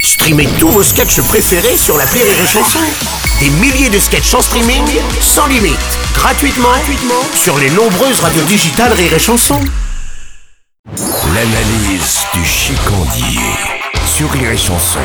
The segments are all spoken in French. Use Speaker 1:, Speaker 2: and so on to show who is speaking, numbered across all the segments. Speaker 1: Streamez tous vos sketchs préférés sur la Rire et Chanson. Des milliers de sketchs en streaming, sans limite, gratuitement, gratuitement sur les nombreuses radios digitales Rire et Chanson. L'analyse du chicandier sur Rire et Chanson.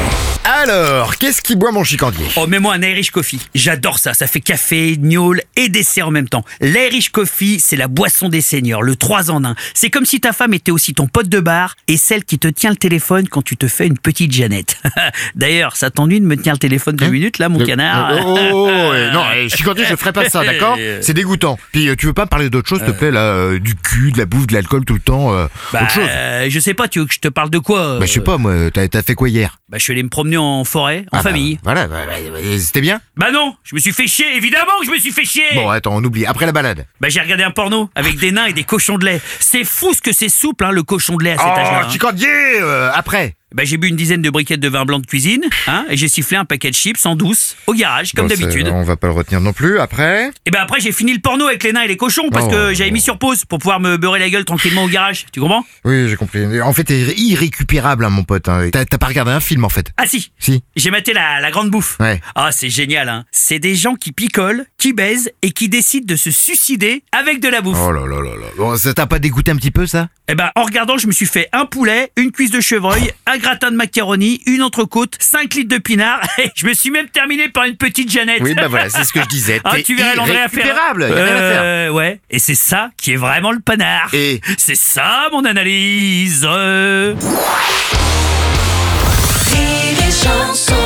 Speaker 2: Alors, qu'est-ce qui boit mon chicandier
Speaker 3: Oh, mets-moi un Irish Coffee. J'adore ça. Ça fait café, gnôle et dessert en même temps. L'Irish Coffee, c'est la boisson des seigneurs, le 3 en 1. C'est comme si ta femme était aussi ton pote de bar et celle qui te tient le téléphone quand tu te fais une petite Jeannette. D'ailleurs, ça t'ennuie de me tenir le téléphone deux minutes, là, mon canard
Speaker 2: Hein Oh, oh, oh, eh, non, eh, chicandier, je ferai pas ça, d'accord C'est dégoûtant. Puis euh, tu veux pas me parler d'autre chose, s'il te plaît, là, euh, du cul, de la bouffe, de l'alcool tout le temps, euh,
Speaker 3: Bah,
Speaker 2: autre chose.
Speaker 3: euh, je sais pas, tu veux que je te parle de quoi euh
Speaker 2: Bah, je sais pas, moi, t'as t'as fait quoi hier
Speaker 3: Bah, je suis allé me promener en forêt, en
Speaker 2: Ah, bah,
Speaker 3: famille.
Speaker 2: voilà, bah, bah, bah, c'était bien
Speaker 3: Bah non, je me suis fait chier, évidemment que je me suis fait chier
Speaker 2: Bon, attends, on oublie. Après la balade.
Speaker 3: Bah j'ai regardé un porno avec des nains et des cochons de lait. C'est fou ce que c'est souple, hein, le cochon de lait à cet âge-là. hein.
Speaker 2: Oh, chicandier euh, Après
Speaker 3: Bah, j'ai bu une dizaine de briquettes de vin blanc de cuisine, hein, et j'ai sifflé un paquet de chips en douce, au garage, comme
Speaker 2: Bon, Bah, c'est-
Speaker 3: d'habitude.
Speaker 2: On va pas le retenir non plus. Après
Speaker 3: Et ben après, j'ai fini le porno avec les nains et les cochons, parce
Speaker 2: Oh.
Speaker 3: que j'avais mis sur pause pour pouvoir me beurrer la gueule tranquillement au garage, tu comprends
Speaker 2: Oui, j'ai compris. En fait, t'es irrécupérable, hein, mon pote. hein. T'as t'as pas regardé un film, en fait
Speaker 3: Ah si
Speaker 2: Si
Speaker 3: j'ai maté la, la grande bouffe.
Speaker 2: Ouais.
Speaker 3: Ah, c'est génial, hein. C'est des gens qui picolent, qui baisent et qui décident de se suicider avec de la bouffe.
Speaker 2: Oh là là là là. Bon, ça t'a pas dégoûté un petit peu, ça
Speaker 3: Eh ben, en regardant, je me suis fait un poulet, une cuisse de chevreuil, un gratin de macaroni, une entrecôte, 5 litres de pinard, et je me suis même terminé par une petite Jeannette.
Speaker 2: Oui, bah voilà, c'est ce que je disais.
Speaker 3: Ah,
Speaker 2: T'es
Speaker 3: tu verrais l'André à faire. hein.
Speaker 2: irrécupérable. Y a rien à faire.
Speaker 3: Euh, ouais. Et c'est ça qui est vraiment le panard.
Speaker 2: Et-
Speaker 3: C'est ça mon analyse.
Speaker 4: Rire et chanson